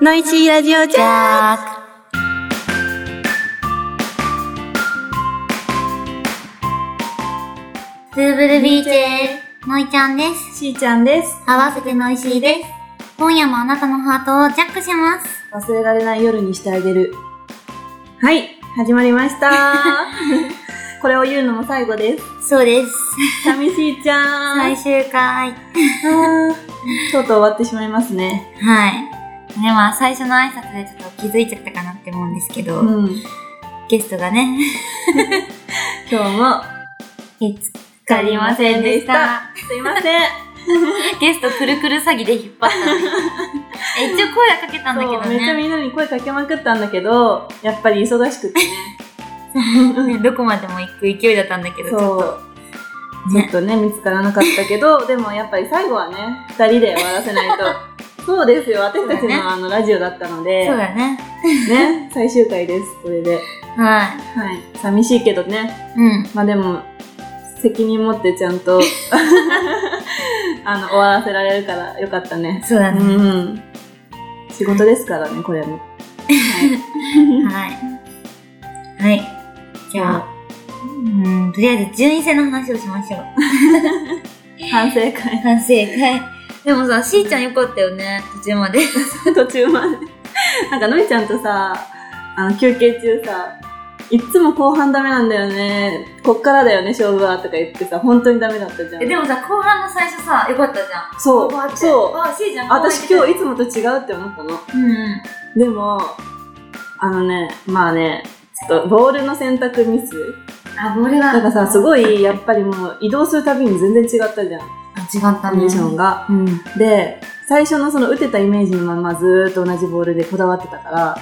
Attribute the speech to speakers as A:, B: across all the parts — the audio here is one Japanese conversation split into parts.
A: ノイシーラジオジャーク。
B: ブーブルビーチェーのいちゃんです。
A: しーちゃんです。
B: 合わせてのいしいです。今夜もあなたのハートをジャックします。
A: 忘れられない夜にしてあげる。はい、始まりました。 これを言うのも最後です。
B: そうです。
A: 寂しいちゃん。
B: 最終回。
A: あーとうとう終わってしまいますね。
B: はい。では、最初の挨拶でちょっと気づいちゃったかなって思うんですけど、
A: うん。
B: ゲストがね、
A: 今日も、
B: 見つかりませんでした。
A: すいません。
B: ゲストくるくる詐欺で引っ 張ったのに。え一応声はかけたんだけど
A: そうめっちゃ
B: ね
A: みんなに声かけまくったんだけど、やっぱり忙しくてね。
B: ね。 どこまでも行く勢いだったんだけど、ちょっ
A: そう。
B: と
A: ちょ
B: ね
A: っ。とね、見つからなかったけど、でもやっぱり最後はね、二人で終わらせない と。そうですよ、私たち
B: そう
A: の,、
B: だね
A: あのラジオだったので
B: そう、だね。
A: ね、 最終回です、これで。
B: はい。
A: はい。寂しいけどね、
B: うん。
A: まあでも、責任持ってちゃん と、あの、終わらせられるからよかったね。
B: そうだ
A: う
B: ね。
A: ん。仕事ですからね、これも。は
B: はい。はい。
A: い
B: じゃあ、うーん、とりあえず順位戦の話をしましょう。
A: 反省会
B: 反省会。でもさ、しーちゃんよかったよね、途中まで。
A: 途中まで。なんか、のりちゃんとさ、あの、休憩中さ、いっつも後半ダメなんだよね、こっからだよね、勝負は、とか言ってさ、本当にダメだったじゃん。
B: でもさ、後半の最初さ、よかったじゃん。
A: そう、そう。
B: あ、しーちゃん、
A: 私今日いつもと違うって思ったの。
B: 日。うん。
A: でも、あのね、まあね、ちょっとボールの選択ミス。
B: あ、ボールは。
A: なんかさ、す
B: い。
A: ごい、やっぱりもう移動するたびに全然違ったじゃん、
B: あ、違った
A: コ
B: ね。
A: ンディションが。
B: うん。
A: で、最初のその打てたイメージのままずーっと同じボールでこだわってたから、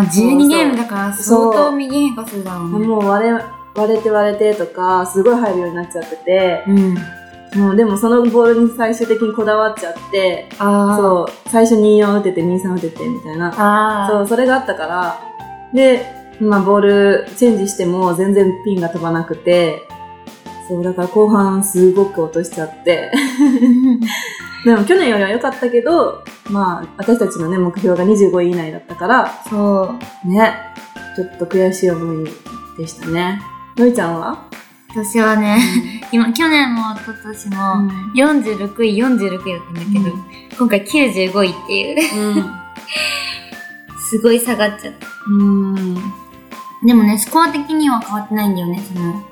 B: あー、12ゲームだから
A: そ
B: 相
A: う
B: 当右変化するだろうね。
A: もう割れ、割れて割れてとか、すごい入るようになっちゃってて、
B: うん。
A: もうでもそのボールに最終的にこだわっちゃって、
B: あー。う。
A: そう、最初24打てて23打ててみたいな。
B: あ
A: そう、それがあったから、で、まあ、ボールチェンジしても全然ピンが飛ばなくて、そう、だから後半すごく落としちゃって、
B: う。
A: でも去年よりは良かったけど、まあ、私たちのね、目標が25位以内だったから、
B: そう。
A: ね、ちょっと悔しい思いでしたね。のいちゃん は
B: 私はね、 今、去年も一昨年も、
A: うん
B: 46位、46位だったんだけど、
A: うん
B: 今回95位っていう、 すごい下がっちゃった。
A: うん。うん。
B: でもね、スコア的には変わってないんだよね、その、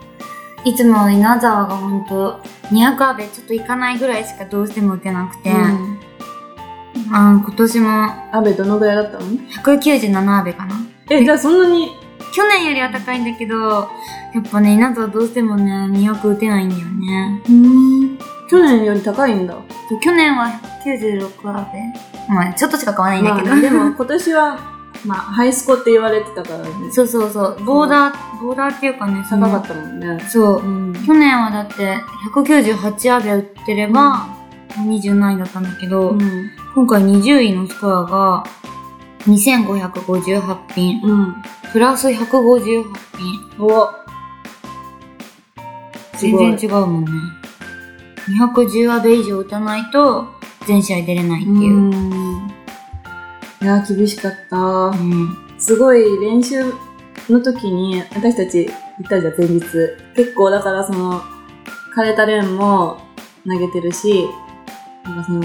B: いつも稲沢がほんと、200アベちょっといかないぐらいしかどうしても打てなくて、
A: うん
B: あの今年も
A: アベどのぐらいだったの
B: 197アベかな。
A: え、じゃあそんなに、
B: 去年よりは高いんだけど、やっぱね、稲沢どうしてもね、200打てないんだよね。
A: うん。去年より高いんだ。
B: 去年は96アベまあ、ちょっとしか買わないんだけど。
A: まあ、でも今年は、まあ、ハイスコって言われてたからね
B: そうそうそう。ボーダー、ボーダーっていうかね、そ
A: 高か
B: の
A: ったもんね、
B: そう。
A: ん
B: 去年はだって、198アベ打ってれば、27位だったんだけど、
A: うん
B: 今回20位のスコアが、2558品、
A: うん
B: プラス158品。
A: おすごい
B: 全然違うもんね。210アベ以上打たないと、全試合出れないっていう。
A: んいや厳しかった
B: うん。
A: すごい練習の時に私たち行ったじゃん前日結構だからその枯れたレーンも投げてるしなんかその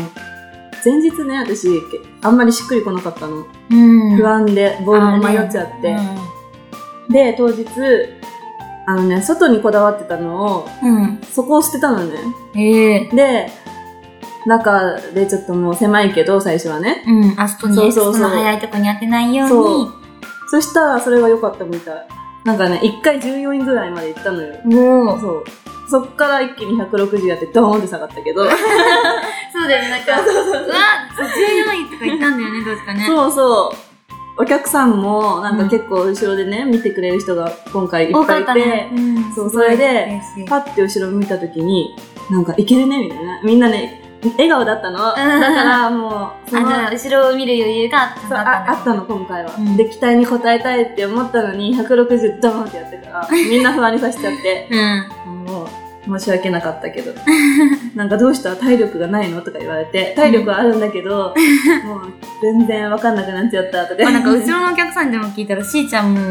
A: 前日ね私けあんまりしっくりこなかったの、
B: うん。
A: 不安でボールも迷っちゃって、
B: あ
A: で当日あのね外にこだわってたのを
B: れねうん。
A: そこを捨てたのね
B: うんええ
A: で中でちょっともう狭いけど最初はね
B: うん。あそこに、
A: そうそうそう
B: その早いとこに当てないよ
A: そううそしたらそれが良かったみたいなんかね1回14位ぐらいまで行ったのよ
B: に。もう、
A: そうそっから一気に160やってドーンって下がったけど
B: そうだよね、なんか、うわ14位とか言ったんだよね、どうですかね。
A: そうそうお客さんもなんか結構後ろでね、見てくれる人が今回いっ
B: 多
A: ぱ
B: か
A: いい
B: った
A: て、
B: ね。うん
A: そうそれで、
B: すごい嬉しい
A: パッて後ろ向いた時になんかいけるねみたいなみんなね笑顔だったのだからもうそ
B: あ、
A: の
B: じゃあ、後ろを見る余裕があったん
A: そう
B: だ
A: ああ
B: っ
A: ったた
B: の。
A: の今回は、
B: うん
A: で期待に応えたいって思ったのに160ドーンってやってからみんな不安にさせちゃって
B: うん。
A: もう申し訳なかったけ どなんかどうした体力がないのとか言われて体力はあるんだけ ど、もう全然わかんなくなっちゃったとか
B: あなんか後ろのお客さんでも聞いたらしーちゃんも
A: う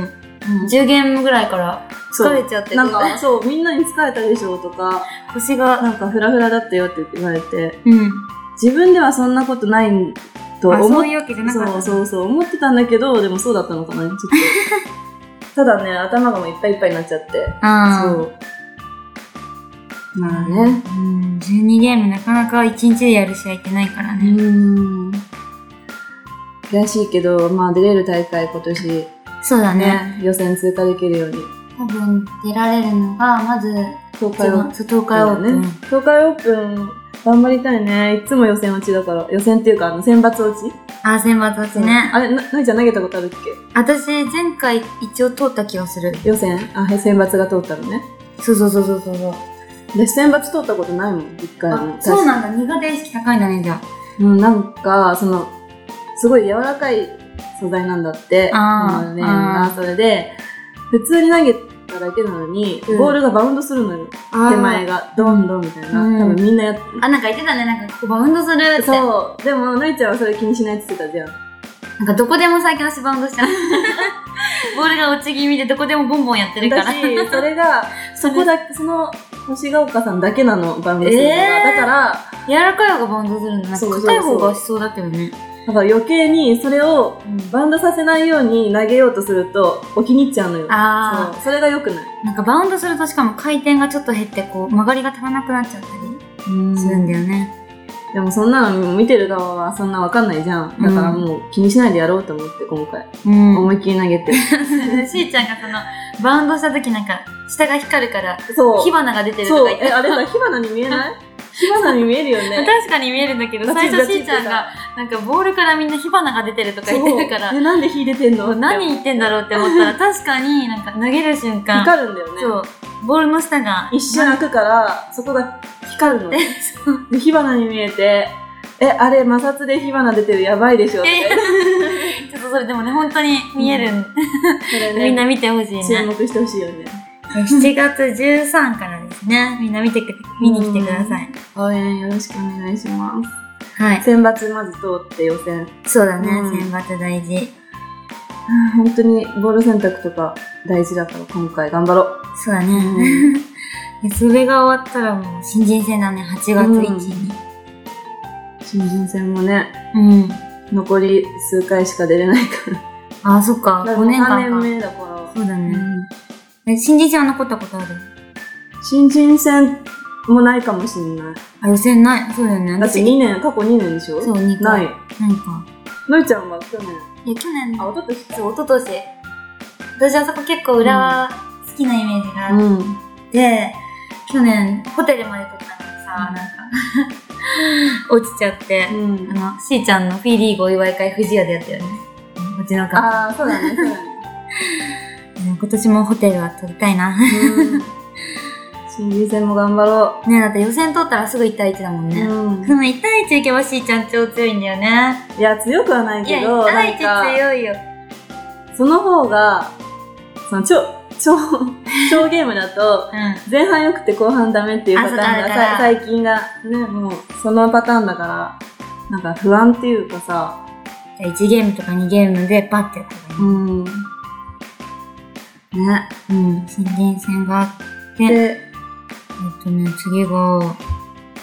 A: ん
B: 10ゲームぐらいから
A: そ
B: 疲
A: う
B: れちゃってて
A: なんかそうみんなに疲れたでしょとか
B: 腰が
A: なんかフラフラだったよって言われて
B: うん
A: 自分ではそんなことないと
B: あ
A: 思
B: そ
A: っ
B: ういうわけじゃなかった
A: そうそうそう思ってたんだけどでもそうだったのかなちょ っとただね頭がもういっぱいいっぱいになっちゃって
B: あー
A: そうまあね
B: うん12ゲームなかなか1日でやる試合ってないから
A: う
B: ね、
A: ーん悔しいけどまあ出れる大会今年ね
B: そうだね
A: 予選通過できるように
B: 多分出られるのがまず
A: 東
B: 一
A: 海オープ
B: 番
A: ン
B: そう東海オープン、
A: ね東海オープン頑張りたいねいつも予選落ちだから予選っていうかあの選抜落ち
B: あー選抜落ちね
A: あれななぎちゃん投げたことあるっけ
B: 私前回一応通った気がする
A: 予選あ選抜が通ったのね
B: そうそうそうそうそうそう
A: で選抜通ったことないもん一回も
B: あそうなんだ苦手意識高いんだねじゃ
A: うん、なんかそのすごい柔らかい素材なんだって
B: あ
A: そ
B: ー
A: のレーンが
B: あー
A: それで普通に投げただけなのに、
B: うん
A: ボールがバウンドするのよ
B: あ
A: 手前がドンドンみたいな、
B: うん
A: 多分みんなやって
B: あなんか言ってたねなんかここバウンドするってなん
A: そうでものいちゃんはそれ気にしないって言ってたじゃん
B: かどこでも最近私バウンドし ちゃうボールが落ち気味でどこでもボンボンやってるから
A: 私それ がそこだけその星ヶ丘さんだけなのバウンドするのが、
B: えー
A: だから
B: 柔らかい方がバウンドするんだなん
A: そうそ
B: か
A: うそう
B: 硬い方がしそうだけどね
A: だから余計にそれを
B: うん
A: バウンドさせないように投げようとすると起きに入っちゃうのよ
B: あ
A: そうそれが良くない
B: あなんかバウンドするとしかも回転がちょっと減ってこう曲がりが足らなくなっちゃったりするんだよね、
A: でもそんなの見てる側はそんなわかんないじゃん。だからもう気にしないでやろうと思って今回。
B: うん
A: 思いっきり投げて。
B: しーちゃんがそのバウンドした時なんか下が光るから
A: そう。
B: 火花が出てると
A: そう。
B: か言って
A: え、あれさ、火花に見えない 火花に見えるよね。
B: 確かに見えるんだけど最初しーちゃんがなんかボールからみんな火花が出てるとか言ってるか
A: そう
B: ら
A: え、なんで火出てんの
B: 何言ってんだろうって思った ら確かになんか投げる瞬間
A: 光るんだよね。
B: そうボールの下が
A: 一瞬開くから、そこが光るの。
B: えそう
A: で火花に見えて、え、あれ摩擦で火花出てるやばいでしょっ
B: いやいや
A: て。
B: ちょっとそれでもね本当に見える、
A: それね
B: みんな見てほしい
A: 注
B: ね
A: 目してほしいよね。
B: 7月13からですねみんな見てく見に来てください、
A: 応援よろしくお願いします。
B: はい
A: 選抜まず通って予選。
B: そうだね、
A: うん
B: 選抜大事
A: 本当にボール選択とか大事だから今回頑張ろう。
B: そうだね、
A: う
B: でそれが終わったらもう新人戦だね8月1日に
A: 新人戦もね、
B: うん、
A: 残り数回しか出れないか。
B: あそっから5年間か
A: 7年目だか
B: そうだ
A: ら。
B: ね、え新人戦は残ったことある
A: 新人戦もないかもしれない。
B: あ予選ないそうだよね
A: だって2年、過去2年でしょ
B: そう2
A: な
B: 回
A: い。
B: なんか
A: のいちゃんは去年。
B: いや去年
A: あ、おととし
B: そう一昨年私はそこ結構浦和好きなイメージがあっ
A: ん。
B: で去年ホテルまで撮ったのにさ、
A: うん
B: なんか 落ちちゃって、
A: うん
B: あのしーちゃんの P リーグお祝い会富士屋でやったよねうちのか
A: ああ、そうだね、そうだ ね。
B: 今年もホテルは撮りたいな
A: うん新人戦も頑張ろ
B: ねだって予選通ったらすぐ1対1だもん
A: う。
B: ね、
A: うん
B: その1対1いけばしーちゃん超強いんだよね
A: いや、強くはない
B: いや
A: けど、
B: 1対
A: なんか
B: 1強いよ
A: その方が、その、超、 超、超ゲームだと、
B: うん
A: 前半良くて後半ダメっていうパターン
B: あそうだ
A: が
B: だから
A: さ最近がね、もうそのパターンだから、なんか不安っていうかさ、
B: じゃあ1ゲームとか2ゲームでバッてやった方が
A: うん。ね。
B: いいねうん新人戦があってえっ
A: で、
B: とね次が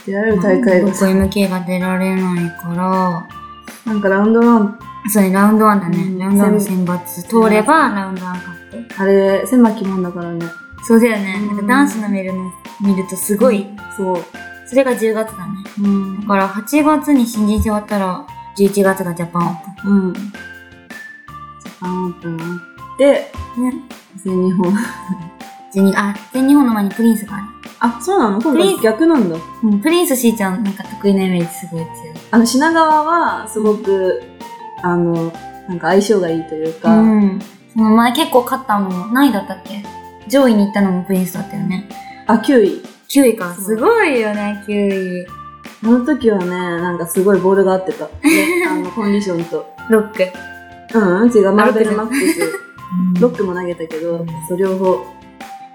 A: 出られる大会
B: どこ
A: がさ、
B: MK が出られないから
A: なんかラウンドワン、
B: そうね、ラウンドワンだね。
A: うん
B: ラウンドワンの選抜通れば、ラウンドワン勝って。
A: あれ、狭きもんだからね。
B: そうだよね。
A: うん
B: なんか男子の見るの、見るとすごい。
A: そう。
B: それが10月だね。
A: うん
B: だ。から8月に新人戦終わったら、11月がジャパンオー
A: うん。ジャパンオープンあって、
B: プン。ね。
A: 全日本。
B: 12あ、全日本の前にプリンスがあ
A: あ、そうなの今
B: プリン
A: 回逆なんだ。
B: る。うん、プリンスしーちゃん、なんか得意なイメージすごい強い。
A: あの、品川はすごく、あの、なんか相性がいいというか、
B: うん。その前結構勝ったのも、何位だったっけ上位に行ったのもプリンスだったよね。
A: あ、9位。
B: 9位か。
A: そう
B: すごいよね、9位。
A: あの時はね、なんかすごいボールが合って た。ねあの、コンディションと。
B: ロック。
A: うん、違う、マルベルマックス。
B: ロ
A: ロッ
B: ック。
A: クも投げたけど、そう両方。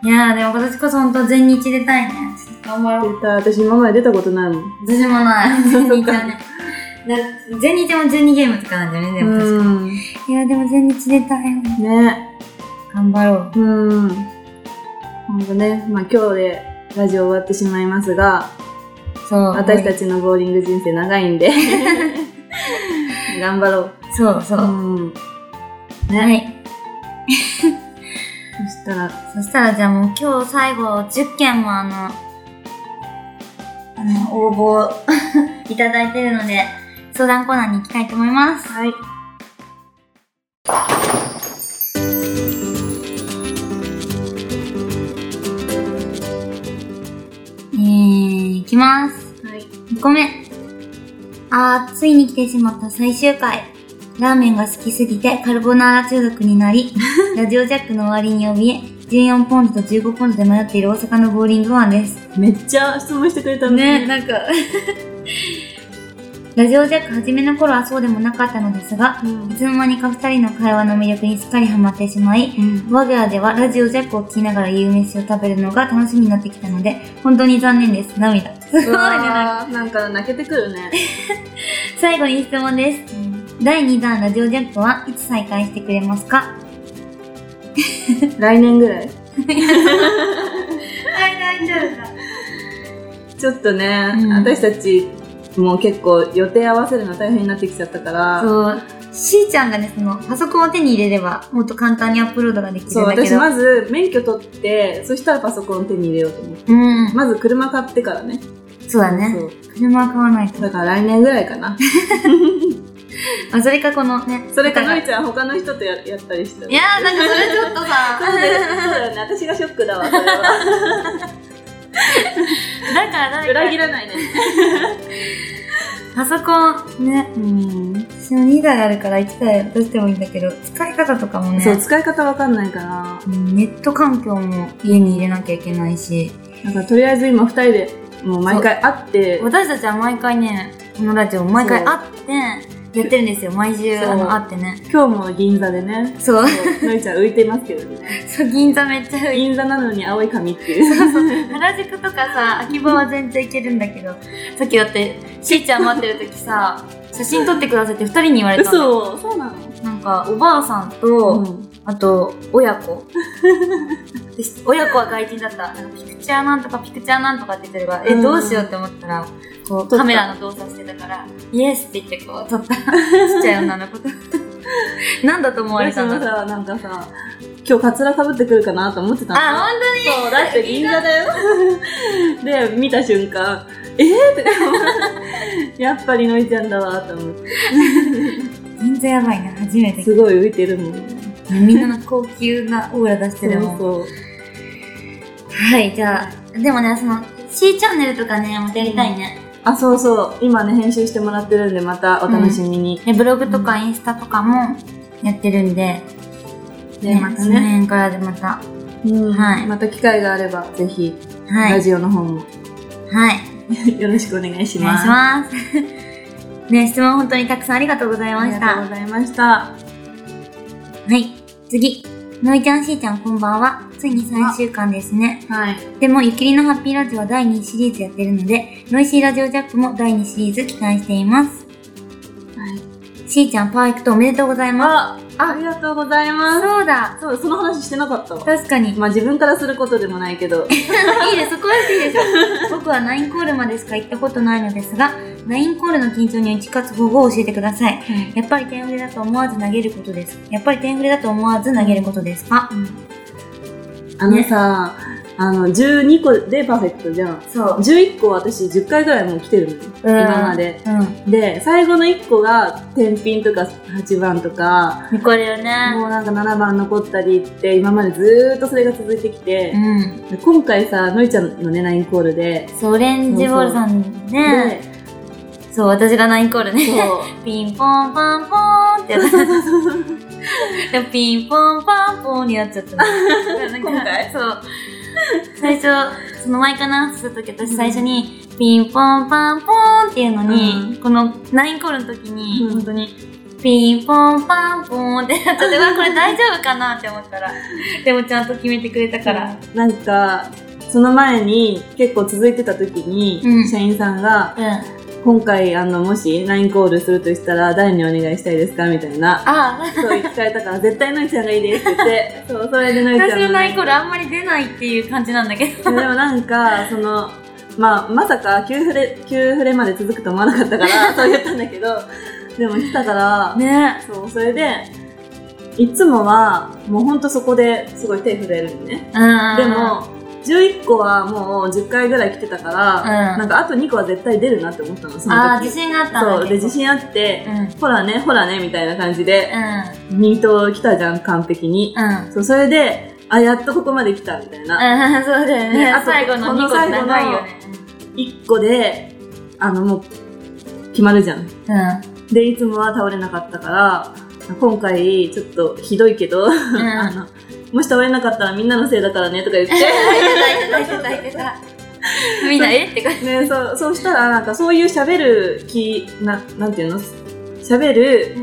B: いいやーでも今年こそ本当全日出たいね。ちょっと頑張ろう。
A: 出た、私今まで出たことないもん。
B: 私も ない。全日はね。だ全日も12ゲームとかなんだよね、でも確か
A: うん。
B: いやーでも全日出たい。
A: ね。
B: 頑張ろう。
A: うん。ほんとね、まあ今日でラジオ終わってしまいますが、
B: そう。
A: 私たちのボーリング人生長いん で、頑張ろう。
B: そうそう。
A: うん。
B: はい。
A: そしたら、
B: そしたらじゃあもう今日最後10件もあの、あの、応募 いただいてるので、相談コーナーに行きたいと思います。
A: はい。
B: えー、いきます。
A: はい。
B: 2個目。あー、ついに来てしまった最終回。ラーメンが好きすぎてカルボナーラ中毒にな り、ラジオジャックの終わりに怯え、14ポンドと15ポンドで迷っている大阪のボーリングマンです。
A: めっちゃ質問してくれたの
B: ね、。なんか。 ラジオジャック初めの頃はそうでもなかったのですが、
A: うん
B: いつの間にか2人の会話の魅力にすっかりハマってしまい、我が家ではラジオジャックを聞きながら夕飯を食べるのが楽しみになってきたので、本当に残念です。涙。すごいね。
A: う
B: なんか
A: わー なんか泣けてくるね。
B: 最後に質問です。第2弾ラジオジャックはいつ再開してくれますか
A: 来年ぐらい
B: はい、大丈夫
A: ちょっとね、
B: うん
A: 私たちも結構予定合わせるの大変になってきちゃったから、
B: そう、しーちゃんがね、その、パソコンを手に入れれば、もっと簡単にアップロードができるん
A: そう
B: だけ
A: 私
B: ど。
A: まず免許取ってそしたらパソコン手に入れようと思って
B: うん。
A: まず車買ってからね
B: そうだね。
A: そう
B: 車買わないと。
A: だから来年ぐらいかな
B: あ、それかこのね。
A: それかのり
B: い
A: ちゃん他の人とややったりして
B: やー、なんかそれちょっとさ、
A: そうだよねそうだよね私がショックだわそれ は
B: だから誰か
A: 裏切らないね
B: パソコン、ね。
A: うん、
B: 私も2台あるから1台出してもいいんだけど、使い方とかもね。
A: そう使い方わかんないから
B: うんネット環境も家に入れなきゃいけないし。
A: だからとりあえず今2人でもう毎回会って
B: 私たちは毎回ね、このラジオ毎回会って、やってるんですよ。毎週、
A: そう
B: あの、会ってね。
A: 今日も銀座でね
B: そう。
A: そうのりちゃん浮いてますけどね
B: そう、銀座めっちゃいい。
A: 銀座なのに青い髪っていう
B: 原宿とかさ、秋葉は全然行けるんだけど、さっきだって、しーちゃん待ってる時さ、写真撮ってくださいって二人に言われたの。
A: 嘘そうなの
B: なんか、おばあさんと、
A: うん
B: あと、親子。 で親子は外人だった。なんかピクチャーなんとかピクチャーなんとかって言ってれば、え、
A: うん
B: どうしようって思ったら、こ
A: 撮
B: う、
A: った
B: カメラの動作してたから、イエスって言ってこう、撮 った。ちっちゃい女の子と。 なんだと思われ
A: 私
B: た
A: も
B: んだ
A: さなんかさ今日カツラかぶってくるかなと思ってたの
B: あ、本当に
A: そうだって銀座だよで見た瞬間えー、って思ってや っぱりのりちゃんだわと思って
B: 全然やばいな、初めて。
A: すごい浮いてるもん
B: みんなの高級なオーラ出してるもん。
A: そう
B: はい、じゃあ、でもね、その、C チャンネルとかね、またやりたいね。
A: あそうそう今ね編集してもらってるんでまたお楽しみに、
B: でブログとかインスタとかもやってるんで、
A: ね
B: ね
A: また
B: その
A: ね、
B: 辺からでまた。
A: うん
B: はい
A: また機会があればぜひ、
B: は
A: ラ
B: い。
A: ジオの方も
B: はい。
A: よろしくお願いし
B: お願
A: ま
B: い
A: す
B: します。 ね、質問本当にたくさんありがとうございまし
A: ありがとう
B: た。
A: ございました
B: はい、次。のいちゃん、しーちゃん、こんばんは。ついに3週間ですね。
A: はい
B: でも、ゆきりのハッピーラジオは第2シリーズやってるので、ノイシーラジオジャックも第2シリーズ期待しています。しーちゃん、パーフェクトおめでとうございま
A: あありがとうございます
B: す。そうだ。
A: そう、その話してなかったわ。
B: 確かに。
A: まあ自分からすることでもないけ ど。
B: いいです、そこはいいですよ。僕はナインコールまでしか行ったことないのですが、ナインコールの緊張に打ち勝つ方法を教えてください。やっぱり点振れだと思わず投げることです。やっぱり点振れだと思わず投げることですか
A: あのさ、あの、12個でパーフェクトじゃん。
B: そう。
A: 11個私10回ぐらいもう来てるのよ。
B: うん
A: 今まで。
B: うん。
A: で、最後の1個が、天品とか8番とか、
B: これよね。
A: もうなんか7番残ったりって、今までずーっとそれが続いてきて、
B: うん。
A: で今回さ、のりちゃんのね、ナインコールで、
B: そう、オレンジボールさんね。そう、私がナインコール
A: で、
B: ね。
A: そう。
B: ピンポンパンポーンってやった。でピンポンパンポーンになっちゃったの。
A: 今回
B: そう。最初、そのマイクアナウンスするとき私最初に、ピンポンパンポーンっていうのに、
A: う
B: このナインコールの時に、
A: うん
B: 本当に、ピピンポンパンポンって なっちゃって、うわこれ大丈夫かなって思ったら、でもちゃんと決めてくれたから。
A: なんか、その前に結構続いてた時に、
B: うん
A: 社員さんが、
B: うん。あ
A: 今回、あの、もし LINE コールするとしたら、誰にお願いしたいですかみたいな。
B: あ、
A: そう聞かれたから、絶対のりちゃんがいいですって言って、 そう、それでのりちゃん
B: 私のナイコール
A: い
B: あんまり出ないっていう感じなんだけど。
A: やでもなんか、その、まあ、まさか、急フレ、急フレまで続くと思わなかった から、そう言ったんだけど、でも来たから、
B: ね
A: そう、それで、いつもは、もうほんとそこですごい手震えるのね。
B: うん。
A: で、も、11個はもう10回ぐらい来てたから、
B: うん
A: なんかあと2個は絶対出るなって思ったの、その
B: ああ、
A: 時。
B: 自信があったんだ
A: そう、で、自。信あって
B: う、ん。うん。
A: ほらね、ほらね、みたいな感じで、
B: う
A: ミート来たじゃん、完璧に。
B: ん。
A: そう、それで、あ、やっとここまで来た、みたいな。
B: うん、そうだよ
A: ね
B: ね
A: あ。と
B: 最後の2個
A: この最後の
B: 長いよね。
A: 1個で、あの、もう、決まるじゃん。
B: う
A: で、いつもは倒れなかったから、今回、ちょっとひどいけど、
B: ん。うん。
A: あの、もし倒れなかったらみんなのせいだからねとか言っ
B: 抱いてた抱いてた抱い
A: て、
B: てた抱いてたみんなえって感じ
A: ね、そう、そうしたらなんかそういう喋る気、な、なんていうの喋る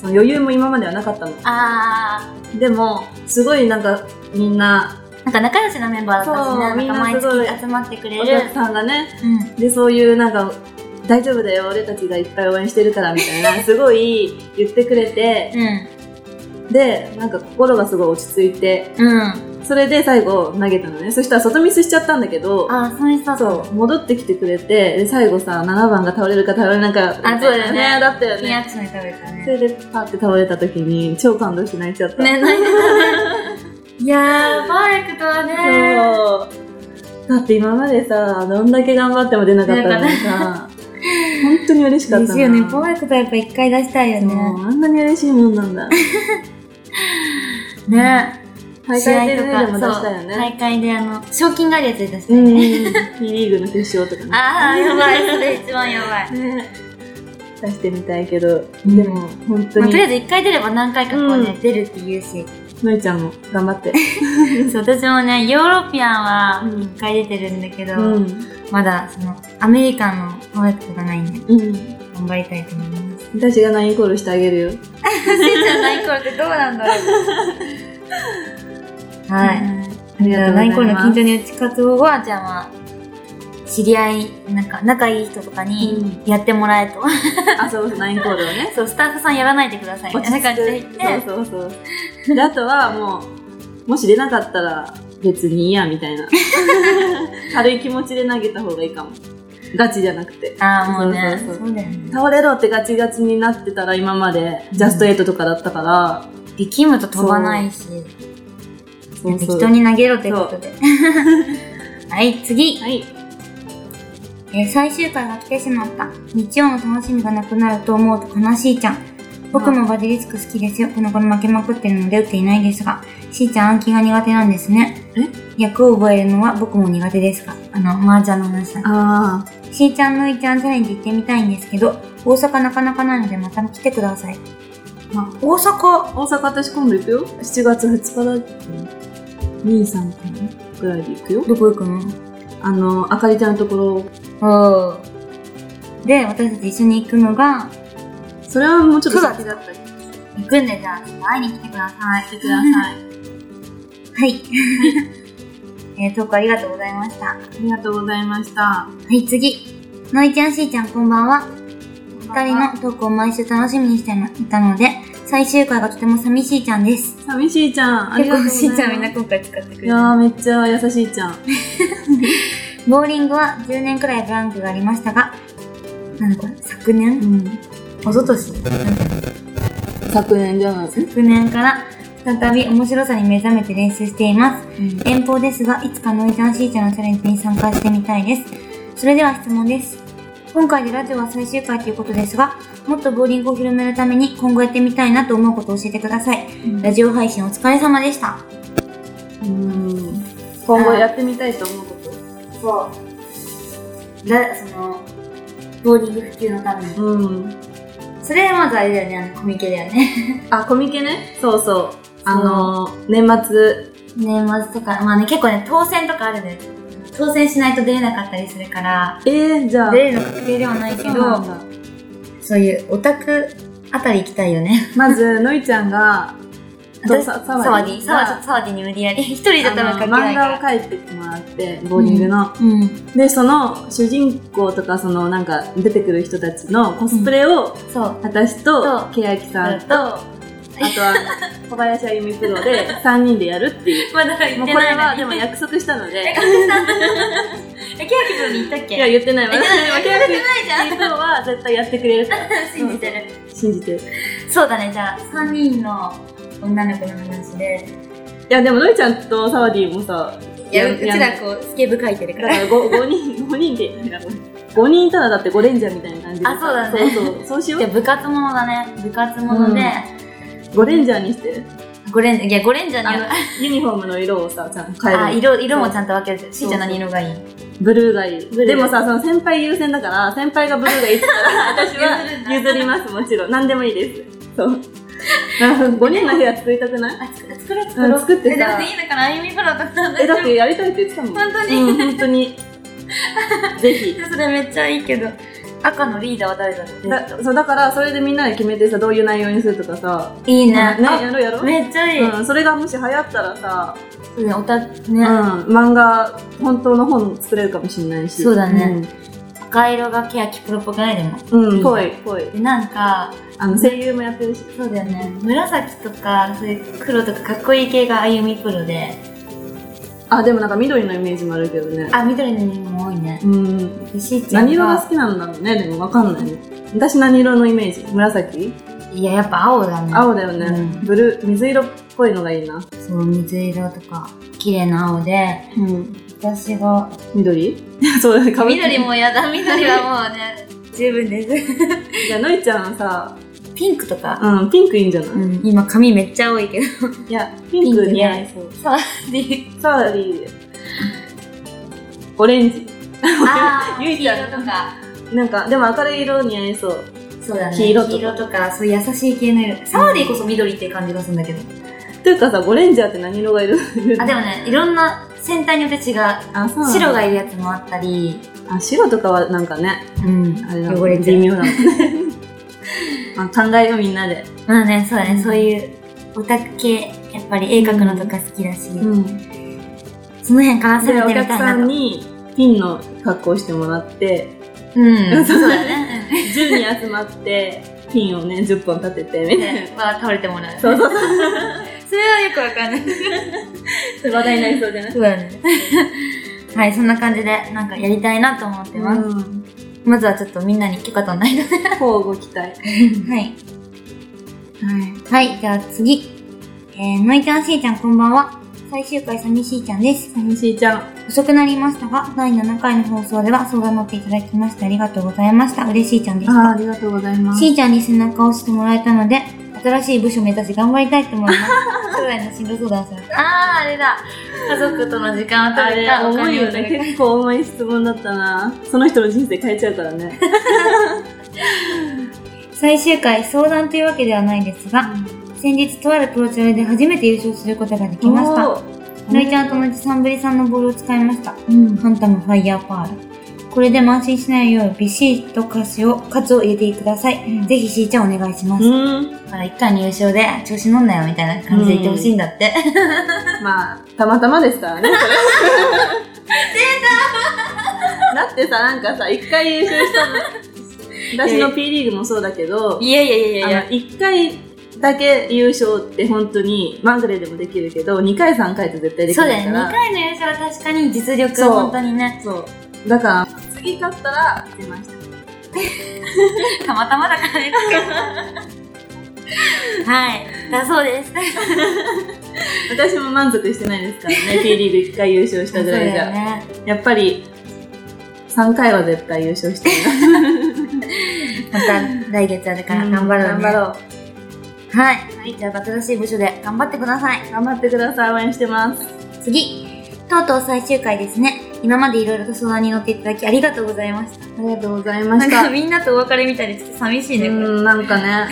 A: その余裕も今まではなかったの。
B: あ
A: でも、すごいなんかみんな、
B: ーなんか仲良しなメンバーだったし
A: そう
B: ななんか
A: みんなす
B: 毎
A: ごい
B: 月集まってくれ
A: お
B: る
A: 客さんがね、
B: うん
A: で、そういうなんか、大丈夫だよ、俺たちがいっぱい応援してるからみたい な、すごい言ってくれて、で、なんか心がすごい落ち着いて、
B: うんうん
A: それで最後投げたのね。そしたら外ミスしちゃったんだけど、
B: あーそういうさ
A: そう、戻ってきてくれて、で、最後さ、7番が倒れるか倒れないか。
B: あそうだよね
A: だったよ
B: リア
A: ね。
B: クション食べた
A: そ
B: ね
A: れで、パーって倒れた時に、超感動して泣いちゃった。
B: ね泣いてたねいやーパーフェクトはね
A: そう。だって今までさ、どんだけ頑張っても出なかったのにさ、本当に嬉しかったな。
B: 嬉しいよねパー
A: そう
B: フェクトはやっぱ一回出したいよね
A: あんなに嬉しいもん なんだ。
B: ね
A: 大
B: 試合
A: 会でルールも出
B: とか
A: したよ
B: そう
A: ね。
B: 大会であの賞金があるやつで出した
A: う
B: よ
A: ん。
B: ね
A: P リーグの決勝とかね。
B: ああやばいそれ一番やばい
A: ね出してみたいけど、
B: うん
A: でも本当
B: まあとりあ
A: に、
B: えず一回出れば何回かこうね
A: う
B: 出るって言うし
A: のりちゃんも頑張って。
B: そう私もねヨーロピアンは
A: うん
B: 1回出てるんだけど、
A: うん。
B: まだそのアメリカンのパーフェクトがないんで
A: うん。
B: 頑張りたいと思い ます
A: 私が LINE コールしてあげるよ。
B: しーちゃんナイコールってどうなんだろう はい
A: ありがとうござ
B: ナ
A: い
B: イコールの
A: ま
B: 緊
A: す。
B: 張に打ち勝つ方法はじゃあまあ知り合いなんか仲いい人とかにやってもらえと、
A: あ、そうそう、LINE コールをね。
B: そうスタッフさんやらないでくださいみたいな感じで言って
A: そうそうそう。で、あとはもう、もし出なかったら別にいいや、みた いな。軽い気持ちで投げた方がいいかも。ガチじゃなくて。
B: ああもうね
A: そうそうそう
B: だよね
A: 倒れろってガチガチになってたら今まで、ジャストエイトとかだったから、
B: 力むと飛ばないし
A: そうそう。
B: 適当に投げろということで はい次
A: はい。
B: えー最終回が来てしまった。日曜の楽しみがなくなると思うと悲しいちゃん。僕もバジリスク好きですよ。この頃負けまくってるので打っていないですが、しーちゃん暗記が苦手なんですね。役を覚えるのは僕も苦手ですが、あの、麻雀の話だ。
A: あ
B: しーちゃんのいちゃんチャレンジ行ってみたいんですけど、大阪なかなかないのでまた来てください。まあ、大阪
A: あ、大阪私今度行くよ。7月2日だっけ ?2、3かなぐらいで行くよ。
B: どこ行くの
A: あの、あかりちゃんのところ
B: うん。で、私たち一緒に行くのが、
A: それはもうちょっと
B: 9月
A: だったりして
B: 行くんでじゃあ、会いに来てください。
A: ください。
B: はい。 えー、トークありがとうございました。は
A: ありがとうございました。
B: い、次。のいちゃん、しーちゃん、こんばんは。二人
A: の
B: のトークを毎週楽しみにしていたので、最終回がとても寂しいちゃんです。
A: 寂しいちゃん。あり
B: 結
A: がとうござい
B: 構
A: ます
B: しーちゃんみんな今回使ってく
A: い
B: れ
A: や
B: た。
A: ーめっちゃ優しいちゃん。
B: ボーリングは10年くらいブランクがありましたが、なんだこれ、昨年
A: ん。
B: おととし
A: 昨年じゃない。
B: 昨年から再び面白さに目覚めて練習しています。遠方ですが、いつかノイちゃんシーちゃんのチャレンジに参加してみたいです。それでは質問です。今回でラジオは最終回ということですが、もっとボーリングを広めるために今後やってみたいなと思うことを教えてください。ラジオ配信お疲れ様でした。
A: うん。今後やってみたいと思うこ
B: そう。ラ、その、ボーリング普及のために。
A: と。うん。
B: それはまずあれだよね、あの、コミケだよね。
A: あ、コミケね。そうそう。あのー、年末。
B: 年末とか、まあね、結構ね、当選とかあるんだよ。当選しないと出れなかったりするから、
A: えー、じゃあ。
B: 出れるの確定ではないけど、そういうオタクあたり行きたいよね。
A: まず、のいちゃんが、
B: 私
A: さ
B: サワディ、サワちょっとサワディに無理やり。一人じゃ多分
A: あ
B: 書
A: の
B: けな
A: 漫
B: いか
A: 画を
B: ら。
A: 描いてきてもらって、ボーリングの。
B: うん。
A: で、その主人公とか、そのなんか出てくる人たちのコスプレを、
B: そう。
A: 私
B: そ
A: と
B: う、
A: けやきさんと、あ
B: と、
A: と は小林あゆみプロで3人でやるっていう。
B: まだ
A: も
B: 言っ
A: う
B: て
A: こ
B: な
A: れ
B: いの
A: は
B: に。
A: でも約束したので、
B: え、ケヤキ君に言ったっけ
A: いや言ってない わ。
B: 言ってな
A: 私
B: い
A: は
B: 言ってないじゃん
A: けやきプロは絶対やってくれる から
B: 信じてる。
A: 信じてる。
B: そうだね、じゃあ、3人の女の子の話で。
A: いやでものりちゃんとサワディもさ、
B: いや、
A: や
B: うちらこう、スケブ書いてるか。
A: だからら 5, 五人、五人で、5人いたらだって5レンジャーみたいな感じで。
B: あそうだね
A: そうそう、そうしよ
B: じゃあ
A: う。
B: 部活ものだね。部活もので、
A: 5レンジャーにして、
B: ゴレンジャー、いや、ゴレンジャーに
A: あの
B: は、、
A: ユニフォームの色をさ、ちゃんと変える。
B: あ、色、色もちゃんと分けるしーちゃん何色がいい
A: ブルーがいい。
B: ルー
A: でもさ、その先輩優先だから、先輩がブルーがいいって言ったら、 私は
B: 譲るんだ
A: 譲ります、もちろん。何でもいいです。 そう。5人の部屋作りたくない
B: あ、作ろう、作ろう、
A: 作ろう
B: え、
A: え
B: だ
A: だ
B: っ
A: ってて
B: いいのかなあゆみプロとかなん
A: え、だってやりたいって言ってたもん。
B: 本当に
A: うん、本当 に。ぜひ。
B: それめっちゃいいけど、赤のリーダーは誰
A: だ
B: だろう
A: そうだから、それでみんなで決めてさ、どういう内容にするとかさ、
B: いいね。
A: ね、
B: あ
A: やろうやろう。
B: めっちゃいい。
A: うん、それがもし流行ったらさ、
B: そうね、おた、
A: う
B: ね、
A: ん、漫画、本当の本作れるかもしれないし。
B: そうだね。赤色がケヤキプロっぽくないでも。
A: うん、うんぽい、ぽい。
B: で、なんか、
A: あの、声優もやってるし。
B: そうだよね、紫とか、そういう黒とかかっこいい系があゆみプロで、
A: あ、でもなんか緑のイメージもあるけどね。
B: あ、緑の色も多いね。
A: うん。
B: で、しーちゃん
A: 何色が好きなんだろうねでもわかんない私何色のイメージ紫
B: いや、やっぱ青だね。
A: 青だよね、
B: うん
A: ブルー水色っぽいのがいいな、
B: そう、水色とか、綺麗な青で、
A: うん、
B: 私が、
A: 緑 そうだねかぶって
B: 緑もやだ、緑はもうね、十分です。
A: じゃあのいちゃんはさ、
B: ピンクとか、
A: うん、ピンクいいんじゃない、
B: うん、今髪めっちゃ多いけど。
A: いやピンク似合い
B: ピ
A: そう
B: サワディ。
A: サワリーオレンジ
B: あー
A: ゆいちゃん
B: 黄色とか。
A: なんかでも明るい色似合いそう
B: そうだね。
A: 黄色とか
B: かそういう優しい系の色。サワディこそ緑っていう感じがするんだけど。
A: というかさゴレンジャーって何色がいる
B: あ、でもね、いろんな先端によって違う。
A: あそうなんだ
B: 白がいるやつもあったり、
A: あ白とかはなんかね
B: うん
A: あれだ
B: 汚れちゃ
A: 微
B: う。
A: 妙なの、 まあ、考えようみんなで
B: まあね、そうだね、そういうオタク系、やっぱり絵描くのとか好きだし、
A: うん
B: その辺から攻
A: で
B: め
A: お
B: てみ
A: 客
B: たい
A: さん
B: なと。
A: にピンの格好をしてもらって
B: うん、そうだね。
A: 10人集まってピンをね10本立ててみたい
B: ねまあ、倒れてもらう。
A: なそうそう
B: それはよくわかんない。
A: そう話題になりそうじゃない
B: そうだね。はい、そんな感じで、なんかやりたいなと思ってます。
A: うん
B: まずはちょっとみんなに許可取んないと。
A: こうご期待
B: はい。はい、じゃあ次。えー、のいちゃん、しーちゃん、こんばんは。最終回、寂しいちゃんです。
A: 寂しいちゃん
B: 遅くなりましたが、第7回の放送では相談乗っていただきましてありがとうございました。嬉しいちゃんでし
A: あー
B: た
A: あ。りがとうございます
B: しーちゃんに背中を押してもらえたので、新しい部署目指し頑張りたいと思い ます。将来の進路相談されあー、あれだ。家族との時間を
A: あれ重いよね結構重い質問だったなその人の人生変えちゃうからね
B: 最終回、相談というわけではないですが、先日とあるプロチャレで初めて優勝することができました。のいちゃんと同じサンブリさんのボールを使いました。
A: うん
B: ハンタムファイヤーパール。これで慢心しないようビシッと歌詞を、カツを入れてください。
A: うん
B: ぜひしーちゃんお願いします。
A: うん
B: だから一回入賞で調子乗んなよみたいな感じで言ってほしいんだって。
A: まあたまたまですからね それだってさなんかさ一回優勝したの 私の P リーグもそうだけど
B: いやいやいやい
A: あの、1回だけ優勝って本当にまぐれでもできるけど2回3回って絶対でき
B: そうだ
A: ない
B: よね。
A: か
B: 2
A: ら
B: 回の優勝は確かに実力
A: そう
B: 本当にね。
A: そうだから次勝ったら出ました
B: たまたまだから ね。はい。だそうです。
A: 私も満足してないですから ね T リーグ1回優勝したぐらいじゃ、
B: ね。
A: やっぱり3回は絶対優勝してる
B: また来月あるから頑張ろう、ね。
A: 頑張ろ
B: う。はい。はい。じゃあ新しい部署で頑張ってください。
A: う頑張ってください応援してます
B: 次とうとう最終回ですね今までいろいろと相談に乗っていただきありがとうございました
A: ありがとうございま
B: な
A: し
B: んか
A: た
B: みんなとお別れみたいでちょっと寂しいねこれ、
A: うんなんかね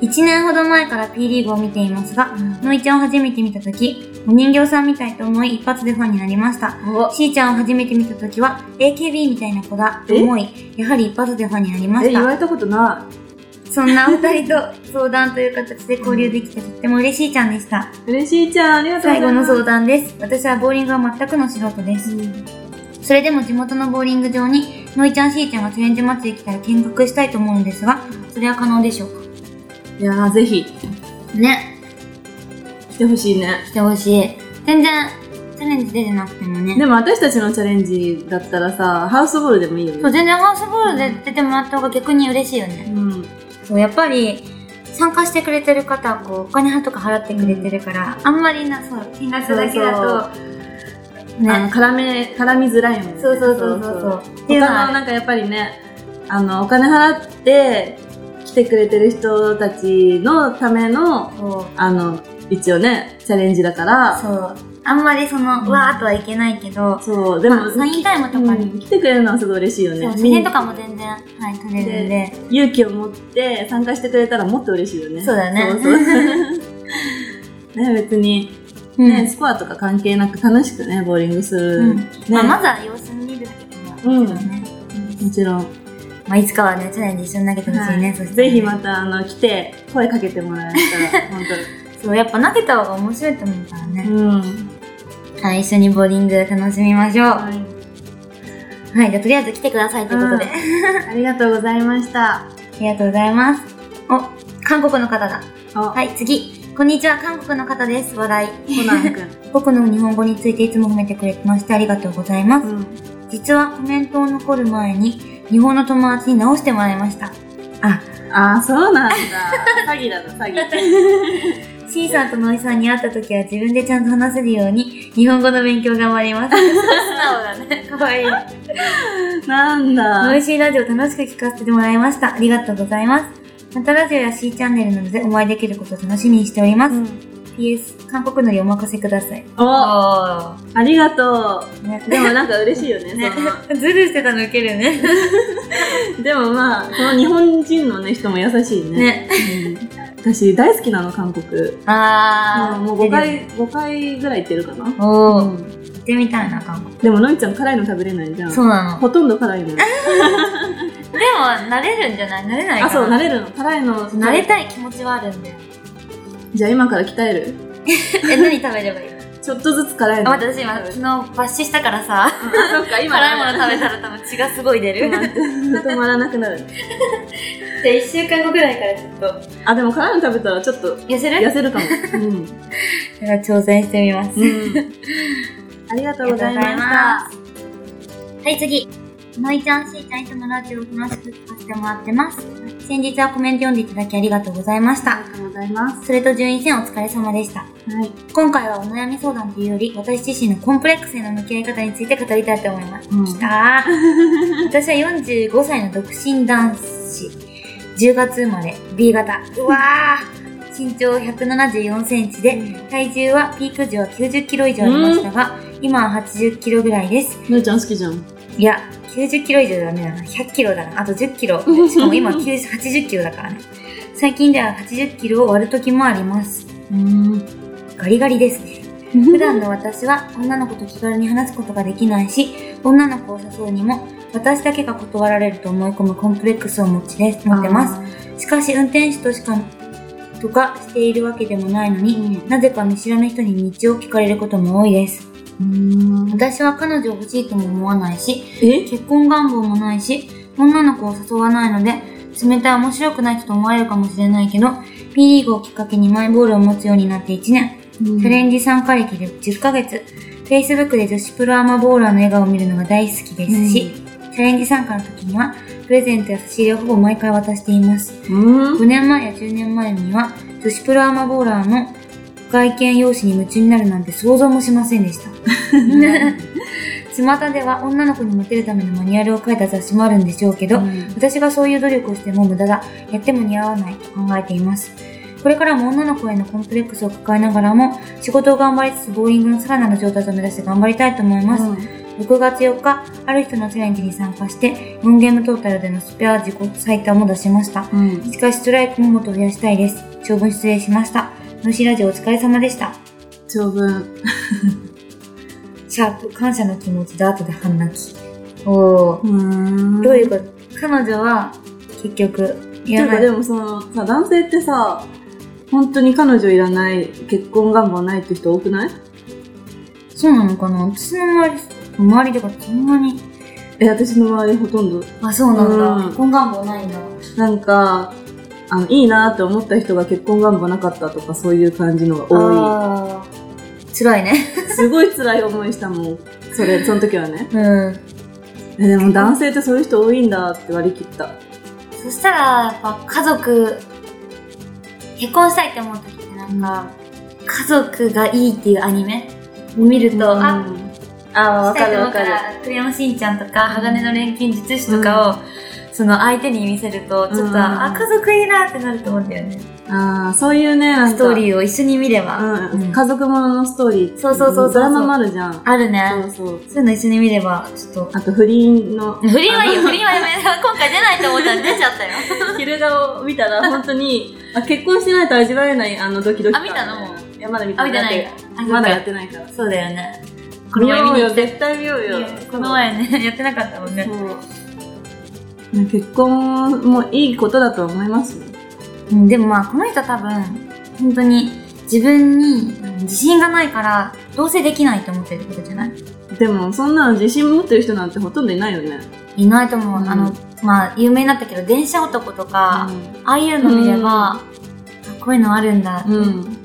B: 1年ほど前から P リーグを見ていますがのいちゃんを初めて見た時お人形さんみたいと思い一発でファンになりました
A: お
B: しーちゃんを初めて見た時は AKB みたいな子だと思いやはり一発でファンになりま
A: え
B: し
A: 言わ
B: た
A: れたことな
B: そんなお二人と相談という形で交流できてとっても嬉しいちゃんでした。
A: 嬉しいちゃん、ありがとうご
B: 最
A: ざ
B: 後
A: いま
B: の
A: す。
B: 相談です。私はボーリングは全くの素人です。それでも地元のボーリング場に、のいちゃんしーちゃんがチャレンジマッチで来たら見学したいと思うんですが、それは可能でしょうか
A: うんいやー、ぜひ、
B: ね、
A: 来てほしいね。
B: 来てほしい。全然、チャレンジ出てなくてもね。
A: でも私たちのチャレンジだったらさ、ハウスボールでもいいよ
B: そう、
A: ね。
B: 全然ハウスボールで出てもらった方が逆に嬉しいよね。
A: うん。
B: そう、やっぱり、参加してくれてる方はこう、お金とか払ってくれてるから、あんまりな、そう、見学だけだと、
A: あの、
B: ね、
A: 絡め、絡みづらいもんね。
B: そうそうそうそうそう。っていうの
A: 他の
B: は、
A: なんかやっぱりねあのお金払って来てくれてる人たちのための
B: こう、
A: あの一応ねチャレンジだから
B: そう、あんまりその、
A: うん
B: わーっとはいけないけど、
A: そうでも、
B: まあサインタイムとかに、
A: うん来てくれるのはすごい嬉しいよ
B: そう、
A: ね
B: 写真とかも全然、はい、撮れるんで、
A: 勇気を持って参加してくれたらもっと嬉しいよね
B: そうだね
A: そう そうね別に
B: うん
A: ね、スコアとか関係なく楽しくねボーリングする、
B: うん
A: ね、
B: まあ、まずは様子見るだけでも、
A: うん
B: けどね。
A: もちろん、
B: まあ、いつかはね、チャレンジ一緒に投げてほしいね、そして。
A: ぜひまたあの来て声かけてもらえたら本
B: そう、やっぱ投げた方が面白いと思うから
A: 当
B: ね。
A: にうん
B: はい、一緒にボーリング楽しみましょう。は
A: はい
B: い、じゃあとりあえず来てくださいということで。あ
A: ありがとうございました。
B: りがとうございます。お、韓国の方だ。
A: あ、
B: はい、次。こんにちは、韓国の方です。話題。
A: コナンくん。
B: 僕の日本語についていつも褒めてくれてましてありがとうございます。
A: うん。
B: 実はコメントを残る前に、日本の友達に直してもらいました。あ、
A: あー、そう なんだ。詐欺だな、詐欺。
B: C さんとノイさんに会った時は自分でちゃんと話せるように、日本語の勉強頑張ります。 素直だね。かわいい。
A: なん
B: ノ
A: だ。
B: イシーラジオ楽しく聞かせてもらいました。ありがとうございます。またラジオや C チャンネルなどでお会いできることを楽しみにしております。PS、韓国のりお任せください。
A: お、
B: あ
A: ありがと
B: あ。ね
A: う。、でもなんか嬉しいよね。
B: ね、ズルしてたのウケる ね。
A: そのでもまあ、この日本人のね、人も優しいね。
B: ね。
A: うん私、大好きなの、韓国。
B: ああ。
A: もう5。回、五回ぐらい行ってるかな。
B: おお、
A: う
B: 行
A: ん
B: ってみたいな、韓国。
A: でも、のいちゃん辛いの食べれないじゃん。
B: そうなの。
A: ほとんど辛いの。
B: でも、慣れるんじゃない慣れないかな
A: あ、そう、慣れるの。辛いの。
B: 慣れたい気持ちはあるんだよ。
A: じゃあ今から鍛える
B: え、何食べればいいの
A: ちょっとずつ辛い
B: あ、
A: の。
B: 待って、私今、昨日抜歯したからさ、
A: あ、そっか、今。
B: 辛いもの食べたら多分血がすごい出る。じゃ
A: 止まらなくなる。
B: あ1週間後くらいからちょっと。
A: あ、でも辛いの食べたらちょっと
B: 痩せる
A: 痩せるかも。うん。
B: だから挑戦してみます。
A: ありがとう
B: あり
A: ご
B: がと
A: ざ
B: う
A: いま
B: ござい
A: した
B: ま。す。はい、次。のいちゃん、しーちゃんいつもラジオを楽しく聞かせてもらってます。先日はコメント読んでいただきありがとうございまし
A: あ
B: た。
A: りがとうございます。
B: それと順位戦お疲れ様でした。
A: はい。
B: 今回はお悩み相談というより、私自身のコンプレックスへの向き合い方について語りたいと思います。
A: うん
B: きたー私は45歳の独身男子。10月生まれ、B 型。うわー身長174センチで、体重はピーク時は90キロ以上ありましたが、今は80キロぐらいです。
A: のりちゃん好きじゃん。
B: いや、90キロ以上ダメだな。100キロだな。あと10キロ。しかも今90 80キロだからね。最近では80キロを割る時もあります。
A: うん。
B: ガリガリですね。普段の私は女の子と気軽に話すことができないし、女の子を誘うにも私だけが断られると思い込むコンプレックスを持ちです持ってます。
A: す。
B: しかし運転手としかとかしているわけでもないのに、
A: う
B: なぜか見知らぬ人に道を聞かれることも多いです。
A: ん。
B: 私は彼女を欲しいとも思わないし、
A: え
B: 結婚願望もないし、女の子を誘わないので、冷たい面白くない人と思われるかもしれないけど、P リーグをきっかけにマイボールを持つようになって1年。チャレンジ参加歴で10ヶ月、Facebook で女子プロアマボーラーの笑顔を見るのが大好きですし、チャレンジ参加の時には、プレゼントや差し入れをほぼ毎回渡しています。
A: うん。
B: 5年前や10年前には、女子プロアマボーラーの外見用紙に夢中になるなんて想像もしませんで した。巷では女の子にモテるためのマニュアルを書いた雑誌もあるんでしょうけど、私がそういう努力をしても無駄だ。やっても似合わないと考えています。これからも女の子へのコンプレックスを抱えながらも、仕事を頑張りつつ、ボーリングのさらなる上達を目指して頑張りたいと思います。6月4日、ある人のチャレンジに参加して、4ゲームトータルでのスペア自己最多も出しました。
A: うん。
B: しかし、ストライクももっと増やしたいです。長文失礼しました。虫ラジオお疲れ様でした。
A: 長文。
B: シャープ、感謝の気持ちで後で半泣き。おー。
A: うん
B: どういうこと彼女は、結局、い
A: てい
B: ら
A: うか
B: ない
A: でもそのさ男性ってさ本当に彼女いらない結婚願望ないって人多くない
B: そうなのかな私の周り周りとかそんなに
A: え私の周りほとんど
B: あそうなんだ、
A: うん
B: 結婚願望ないんだ
A: なんかあのいいなって思った人が結婚願望なかったとかそういう感じのが多
B: あー辛いね
A: いすごい辛い思いしたもんそれその時はね
B: うん
A: えでも男性ってそういう人多いんだって割り切った
B: そしたらやっぱ家族結婚したいって思う時ってなんか、家族がいいっていうアニメを見ると、あ
A: うん
B: あ
A: わかるわかる
B: 栗山しんちゃんとか、鋼の錬金術師とかを、その相手に見せるとちょっと、
A: うん
B: あ家族いいなってなると思うんだよね
A: ああそういうねなんか
B: ストーリーを一緒に見れば、
A: うん
B: うん
A: 家族もののストーリー
B: そうそうそうそう
A: ドラマもあるじゃん
B: あるね
A: そうそう
B: そういうの一緒に見ればちょっと
A: あと不倫 の
B: 不倫はいいよ不倫はやめ今回出ないと思ったら出ちゃった よ
A: 昼顔を見たら本当に あ結婚してないと味わえないあのドキドキ感
B: あ見たのも
A: いやまだ見て
B: あ
A: な
B: 見
A: い
B: てない
A: だって
B: あ
A: まだやってないから
B: そうだよね
A: 見よう
B: 行
A: よ
B: っ
A: 絶対見ようよ
B: この前ねやってなかったもんね
A: そうね結婚もいいことだと思いますよ
B: うん、でもまあこの人多分本当に自分にうん自信がないからどうせできないと思ってるってことじゃない
A: でもそんなの自信持ってる人なんてほとんどいないよね
B: いないと思う、
A: うん
B: あのまあ有名になったけど電車男とか、ああいうの見れば、あこういうのあるんだ、
A: うん、うん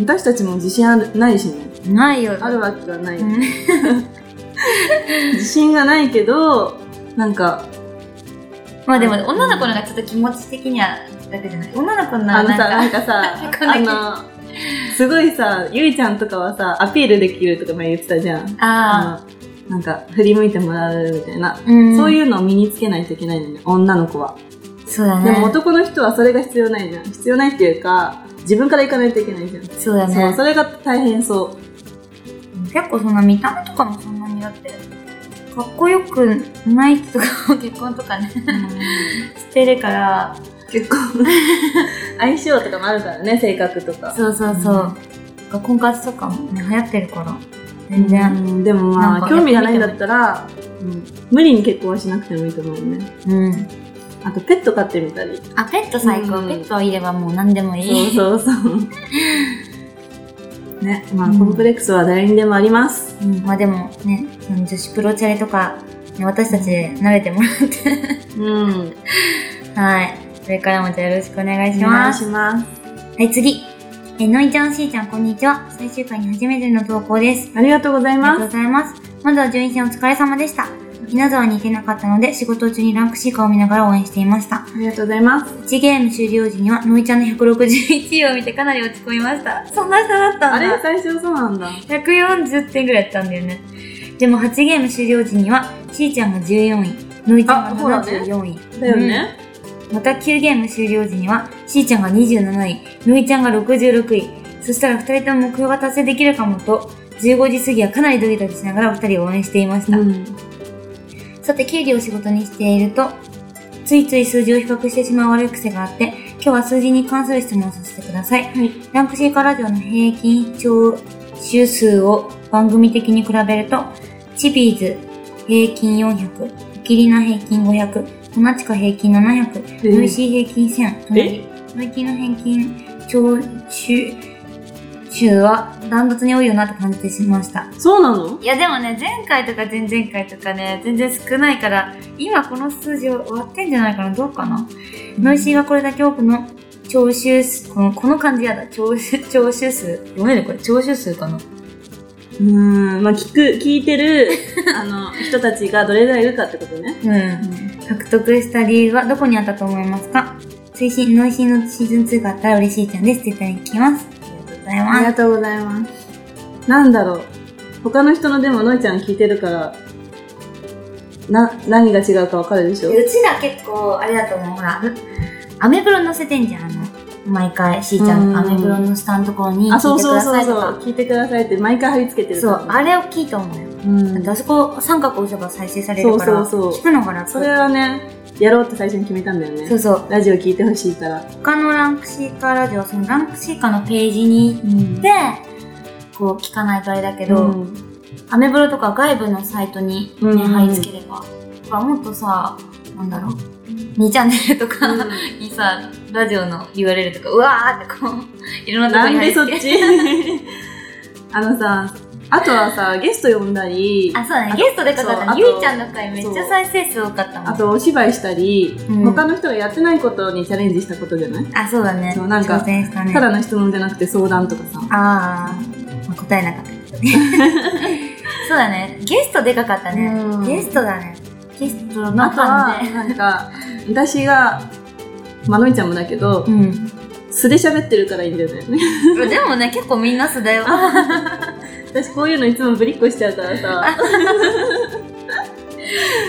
A: 私たちも自信あるないしね
B: ないよ
A: あるわけがない、
B: うん
A: 自信がないけどなんか
B: まあでも女の子の方がちょっと気持ち的には楽じゃない女の子の
A: あの
B: な
A: さ
B: な
A: なんん
B: か
A: かさ
B: わかんないけど
A: あのすごいさゆいちゃんとかはさアピールできるとか前言ってたじゃんあ
B: ああ、
A: のなんか振り向いてもらうみたいな、
B: うん
A: そういうのを身につけないといけないのね女の子は、
B: そうだ
A: で
B: ね
A: も男の人はそれが必要ないじゃん必要ないっていうか自分から行かないといけないじゃん、
B: そうだね
A: そうそれが大変そう
B: 結構そんな見た目とかもそんなにだってかっこよくない人とかも結婚とかね してるから
A: 結構 相性とかもあるからね性格とか
B: そうそうそう、婚活とかも、ね、流行ってるから全然
A: うんでもま
B: なん
A: あ
B: か
A: 興味がないんだったら、うん無理に結婚はしなくてもいいと思うね
B: うん、
A: あとペット飼ってみたり
B: あペット最高、
A: うん
B: ペットいればもう何でもいい
A: そうそう そうねまあ、
B: うん
A: コンプレックスは誰にでもあります
B: うん、まあでもねその女子プロチャレとか、ね、私たちで慣れてもら って
A: うん
B: はいこれからもじゃあよろしくお願い
A: お
B: し
A: 願
B: ま
A: い
B: す
A: します
B: はい次えのいちゃんしーちゃんこんにちは最終回に初めての投稿です
A: ありがとうござい
B: ありがとう
A: ま
B: ございます。まずは順位戦お疲れ様でした。稲沢に行けなかったので仕事中にランクシーカーを見ながら応援していました。
A: すありがとうございます
B: 1ゲーム終了時にはノイちゃんの161位を見てかなり落ち込みました。そんな差だったんだ。
A: あれ最初そうなんだ
B: 140点ぐらいやったんだよね。でも8ゲーム終了時にはしーちゃんが14位、ノイちゃん
A: あほら
B: が
A: ね
B: 74位。
A: だよね、
B: うん。また9ゲーム終了時にはしーちゃんが27位、ノイちゃんが66位。そしたら2人とも目標が達成できるかもと、15時過ぎはかなりドキドキしながらお二人を応援していました。
A: うん
B: さて、経理を仕事にしていると、ついつい数字を比較してしまう悪い癖があって、今日は数字に関する質問をさせてください。
A: はい
B: ランクシーカラジオの平均聴取数を番組的に比べると、チビーズ平均400、キリナ平均500、トナチカ平均700、
A: え
B: ノイシー平均1000、トナリノイキの平均聴取数はダントツに多いよなと感じてしまいました。
A: そうなの
B: いやでもね前回とか前々回とかね全然少ないから今この数字を割ってんじゃないかなどうかな、ノイシーがこれだけ多くの聴取数このこの漢字やだ聴取聴取数読めるこれ聴取数かな
A: うんまあ聞く聞いてるあの人たちがどれぐらいいるかってこと ね、
B: うん獲得した理由はどこにあったと思いますか推進ノイシーのシーズン2があったら嬉しいちゃんです絶対に聞きますありがとうござ
A: あ
B: い
A: り
B: ま
A: が
B: す
A: とうございますなんだろう他の人のでものいちゃん聞いてるからな何が違うかわかるでしょ
B: うちら結構あれだと思うほらアメブロ載せてんじゃんあの毎回しーちゃん
A: うん
B: アメブロの下のところに聞い
A: あ、
B: て
A: そう
B: く
A: そう
B: だ
A: そ
B: さ
A: う
B: いと
A: そう
B: か。
A: 聞いてくださいって毎回貼り付けてる
B: そ
A: から
B: う、あれを聞いたもんよ。
A: うん
B: だってあそこ三角押せば再生されるから、
A: そうそうそう
B: 聞くのが楽。
A: それはね、やろうって最初に決めたんだよね。
B: そうそう。
A: ラジオ聞いてほしいから。
B: 他のランクシーカーラジオは、そのランクシーカーのページに行って、こう聞かないとあれだけど、
A: うん
B: アメブロとか外部のサイトにね、
A: うん
B: 貼り付ければ。だからもっとさ、なんだろう、 2チャンネルとか
A: うん
B: にさ、ラジオの URL とか、うわーってこう、いろんなとこ
A: なん
B: に入
A: でそっ
B: って。
A: ち あのさ、あとはさ、ゲスト呼んだり、
B: あ、そうだね。ゲストでかかっ
A: そう
B: た
A: あ
B: ね。
A: と
B: ゆいちゃんの回めっちゃ再生数多かったもん。
A: あとお芝居したり、
B: うん
A: 他の人がやってないことにチャレンジしたことじゃない、
B: あ、そうだね。
A: そうなんか
B: 挑戦したね。
A: ただの質問じゃなくて相談とかさ。
B: あー、まあ、答えなかったけどね。 そうだね。ゲストでかかったね。
A: うん
B: ゲストだね。ゲストの
A: あとは、
B: 感じ。
A: なんか、私が、まのみちゃんもだけど
B: う、ん。
A: 素で喋ってるからいいんだよね。
B: でもね、結構みんな素だよ。
A: 私こういうのいつもぶりっこしちゃうからさ。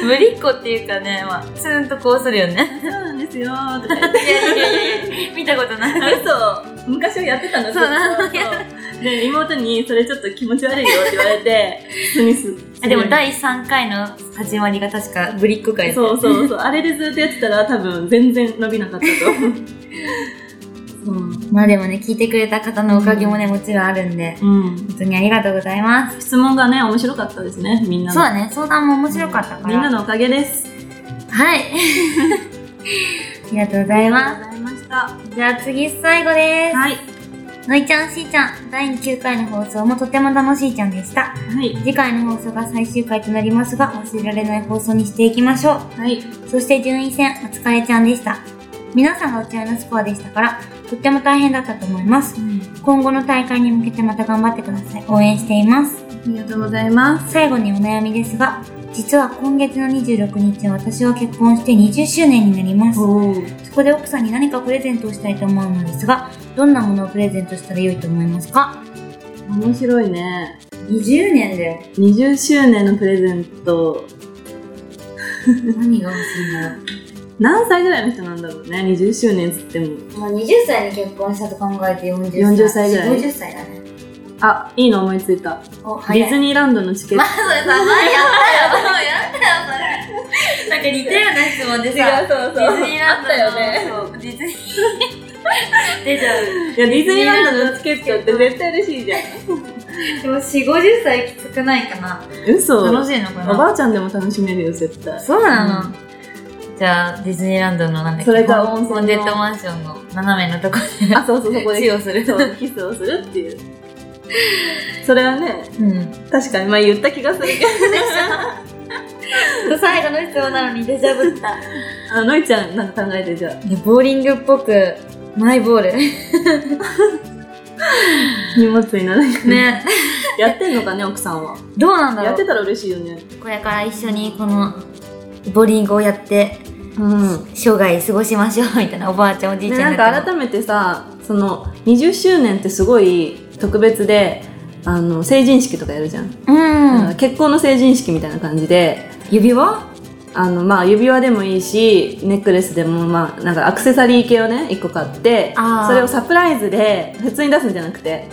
B: ぶりっ子っていうかね、まあ、ツーンとこうするよ ね。
A: そうなんですよーとか
B: いやいやいやいや、見たことない。
A: 嘘昔はやってたの
B: そうなんだ
A: そうで、妹にそれちょっと気持ち悪いよって言われて、 スミス。
B: あでも第3回の始まりが確かぶりっ子回だ
A: そうそうそう。あれでずっとやってたら多分全然伸びなかったと 思う。そう
B: まあでもね、聞いてくれた方のおかげもね、もちろんあるんで、
A: うん。
B: 本当にありがとうございます。
A: 質問がね、面白かったですね、みんな
B: そ
A: の。
B: うだね、相談も面白かったから。
A: みんなのおかげです。
B: はい。ありがとうございま
A: ありがとうございました。
B: す。じゃあ次最後です。
A: はい。
B: のいちゃんしーちゃん、第9回の放送もとても楽しいちゃんでした。
A: はい。
B: 次回の放送が最終回となりますが、忘れられない放送にしていきましょう。
A: はい。
B: そして順位戦、お疲れちゃんでした。皆さんがお嫌いなスコアでしたから、とっても大変だったと思います。今後の大会に向けてまた頑張ってください。応援しています。
A: ありがとうございます。
B: 最後にお悩みですが、実は今月の26日は私は結婚して20周年になります。
A: お
B: そこで奥さんに何かプレゼントをしたいと思うのですが、どんなものをプレゼントしたら良いと思いますか
A: 面白いね。
B: ?20 年だよ。
A: 20周年のプレゼント、
B: 何が欲しいんだろ
A: 何歳ぐらいの人なんだろうね、20周年つっても。
B: う。まあ、20歳に結婚したと考えて40
A: 40歳ぐらい
B: 50歳だね。
A: あ、いいの思いついた。
B: お、
A: ディズニーランドのチケッ
B: ま
A: ト
B: あ、。それさ、前やったよ、もうやったよ、それ。なんか似たような質問でさ、
A: そう
B: ディズニーランド
A: あった
B: の
A: よね。
B: そうディズニー。 出ちゃう。
A: いや、ディズニーランドのチケットって絶対嬉しいじゃん。
B: でも、4、50歳きつくないかな。楽
A: 嘘
B: しいのか
A: お
B: な。
A: ばあちゃんでも楽しめるよ、絶対。
B: そうなの。じゃあ、ディズニーランドのなんだっけ
A: それか温泉の
B: ホンデッドマンションの斜めのとこ
A: あ、そうそう、そこ
B: で
A: で
B: チューをする。
A: そうキスをするっていう。それはね、
B: うん。
A: 確かに、まあ言った気がするけど。
B: 最後の質問なのにデジャブ った。
A: あのいちゃん、なんか考えてじゃあ。
B: ボーリングっぽく、マイボール。
A: 荷物にならない。
B: ね。
A: やってんのかね、奥さんは。
B: どうなんだろ
A: や
B: う
A: って。たら嬉しいよね。
B: これから一緒にこのボーリングをやって
A: うん。
B: 生涯過ごしましょうみたいなおばあちゃんおじいちゃ
A: なんんか
B: め
A: 改めてさ、その、20周年ってすごい特別で、あの、成人式とかやるじゃん。
B: う
A: あの
B: ん
A: 結婚の成人式みたいな感じで、
B: 指輪
A: あの、まあ、指輪でもいいし、ネックレスでも、まあ、なんかアクセサリー系をね、一個買って、
B: あー
A: それをサプライズで、普通に出すんじゃなくて、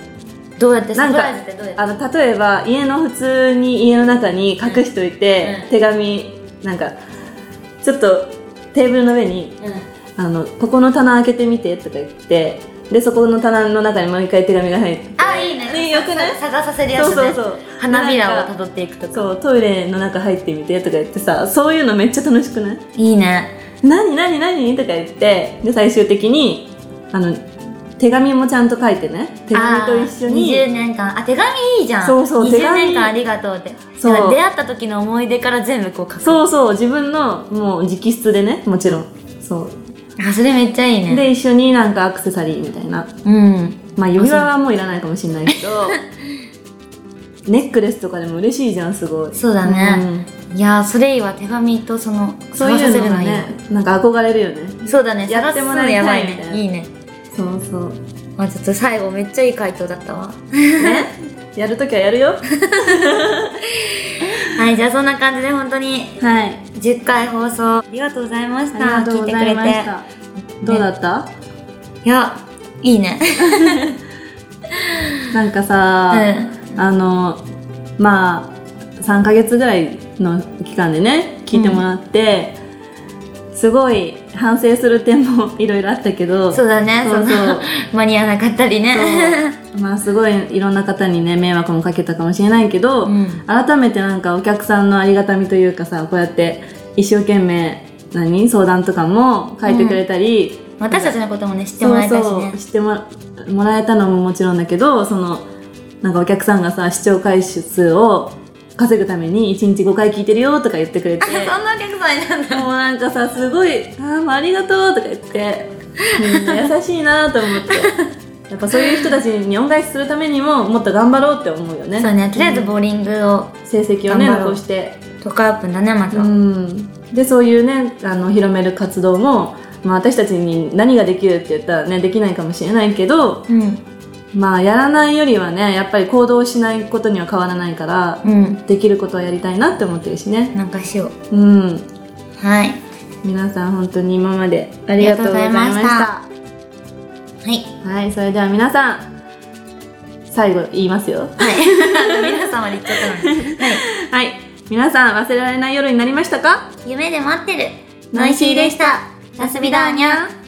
B: どうやって
A: な
B: サ
A: ん
B: プ
A: か
B: ライズってどうやって
A: あの、例えば、家の普通に家の中に隠しといて、
B: うん
A: 手紙、なんか、ちょっと、テーブルの上に、あの、ここの棚開けてみて、とか言って、で、そこの棚の中にもう一回手紙が入ってて、
B: あいいね
A: ねよくない
B: 探させるやつ
A: そ
B: ね
A: うそうそう。
B: 花びらを
A: なん
B: た
A: か
B: どっていくとか
A: そう、トイレの中入ってみてとか言ってさ、そういうのめっちゃ楽しくない
B: いいね
A: 何何何とか言ってで最終的にあの手紙もちゃんと書いてね手紙と一緒
B: あー
A: に
B: 20年間あ手紙いいじゃん
A: そうそう
B: 20
A: 手紙
B: 年間ありがとうって
A: そう
B: だから出会った時の思い出から全部こう書く
A: そうそう自分のもう直筆でねもちろんそう、
B: あそれめっちゃいいね
A: で一緒になんかアクセサリーみたいな
B: うん
A: まあ指輪はもういらないかもしれないけ どネックレスとかでも嬉しいじゃんすごい
B: そうだね、いやーそれいいわ手紙とその
A: うんそう
B: 探
A: い
B: させ
A: う
B: る
A: の
B: の
A: が
B: いいわ
A: ねなんか憧れるよね
B: そうだね、
A: や
B: 探
A: って
B: す
A: も
B: の
A: らい
B: やば
A: たい
B: い
A: みたい
B: ね。
A: ない
B: いね。
A: そうそう
B: まあちょっと最後めっちゃいい回答だっ たわ。
A: ねやるときはやるよ
B: はい、じゃあそんな感じで本当に
A: はいあ
B: 10回放送ありがとうございまし
A: り
B: た。
A: がとうございま
B: 聞い
A: して
B: く
A: たどうだった、
B: れて。いや、いいね。
A: なんかさ、あのまあ3ヶ月ぐらいの期間でね聞いてもらって、すごい反省する点も いろいろあったけど
B: そうだね、
A: そう
B: そ
A: そう
B: の間に合わなか ったりね。
A: そうまあすごいいろんな方にね迷惑もかけたかもしれないけど、
B: うん
A: 改めてなんかお客さんのありがたみというかさこうやって一生懸命何相談とかも書いてくれたり、
B: 私たちのこともね、知ってもらえたし
A: そう
B: ね
A: そう。知ってもらもらえたのももちろんだけどそのなんかお客さんがさ視聴回数を稼ぐために1日5回聞いてるよとか言ってくれて
B: あ そんなお客さんいたんだ。
A: もうなんかさすごい「ああもうありがとう」とか言ってみんな優しいなと思って やっぱそういう人たちに恩返しするためにももっと頑張ろうって思うよね
B: そうね、とりあえずボーリングを、
A: 成績をね
B: 頑張ろう
A: 残して
B: トカープだね、まず
A: う
B: は。
A: んでそういうねあの広める活動も、まあ、私たちに何ができるって言ったらねできないかもしれないけど
B: うん。
A: まあやらないよりはねやっぱり行動しないことには変わらないから、
B: うん。
A: できることはやりたいなって思ってるしね
B: なんかしよう。
A: うん
B: はい。
A: 皆さん本当に今まであ
B: あ
A: りがとうございま
B: り
A: した
B: がとうございました。は
A: は
B: い。
A: いそれでは皆さん最後言いますよ
B: はい。 皆様で言っちゃったの に。はい。
A: はい皆さん忘れられない夜になりましたか
B: 夢で待ってる。。
A: ノイシーでした
B: ラスビダーニャ。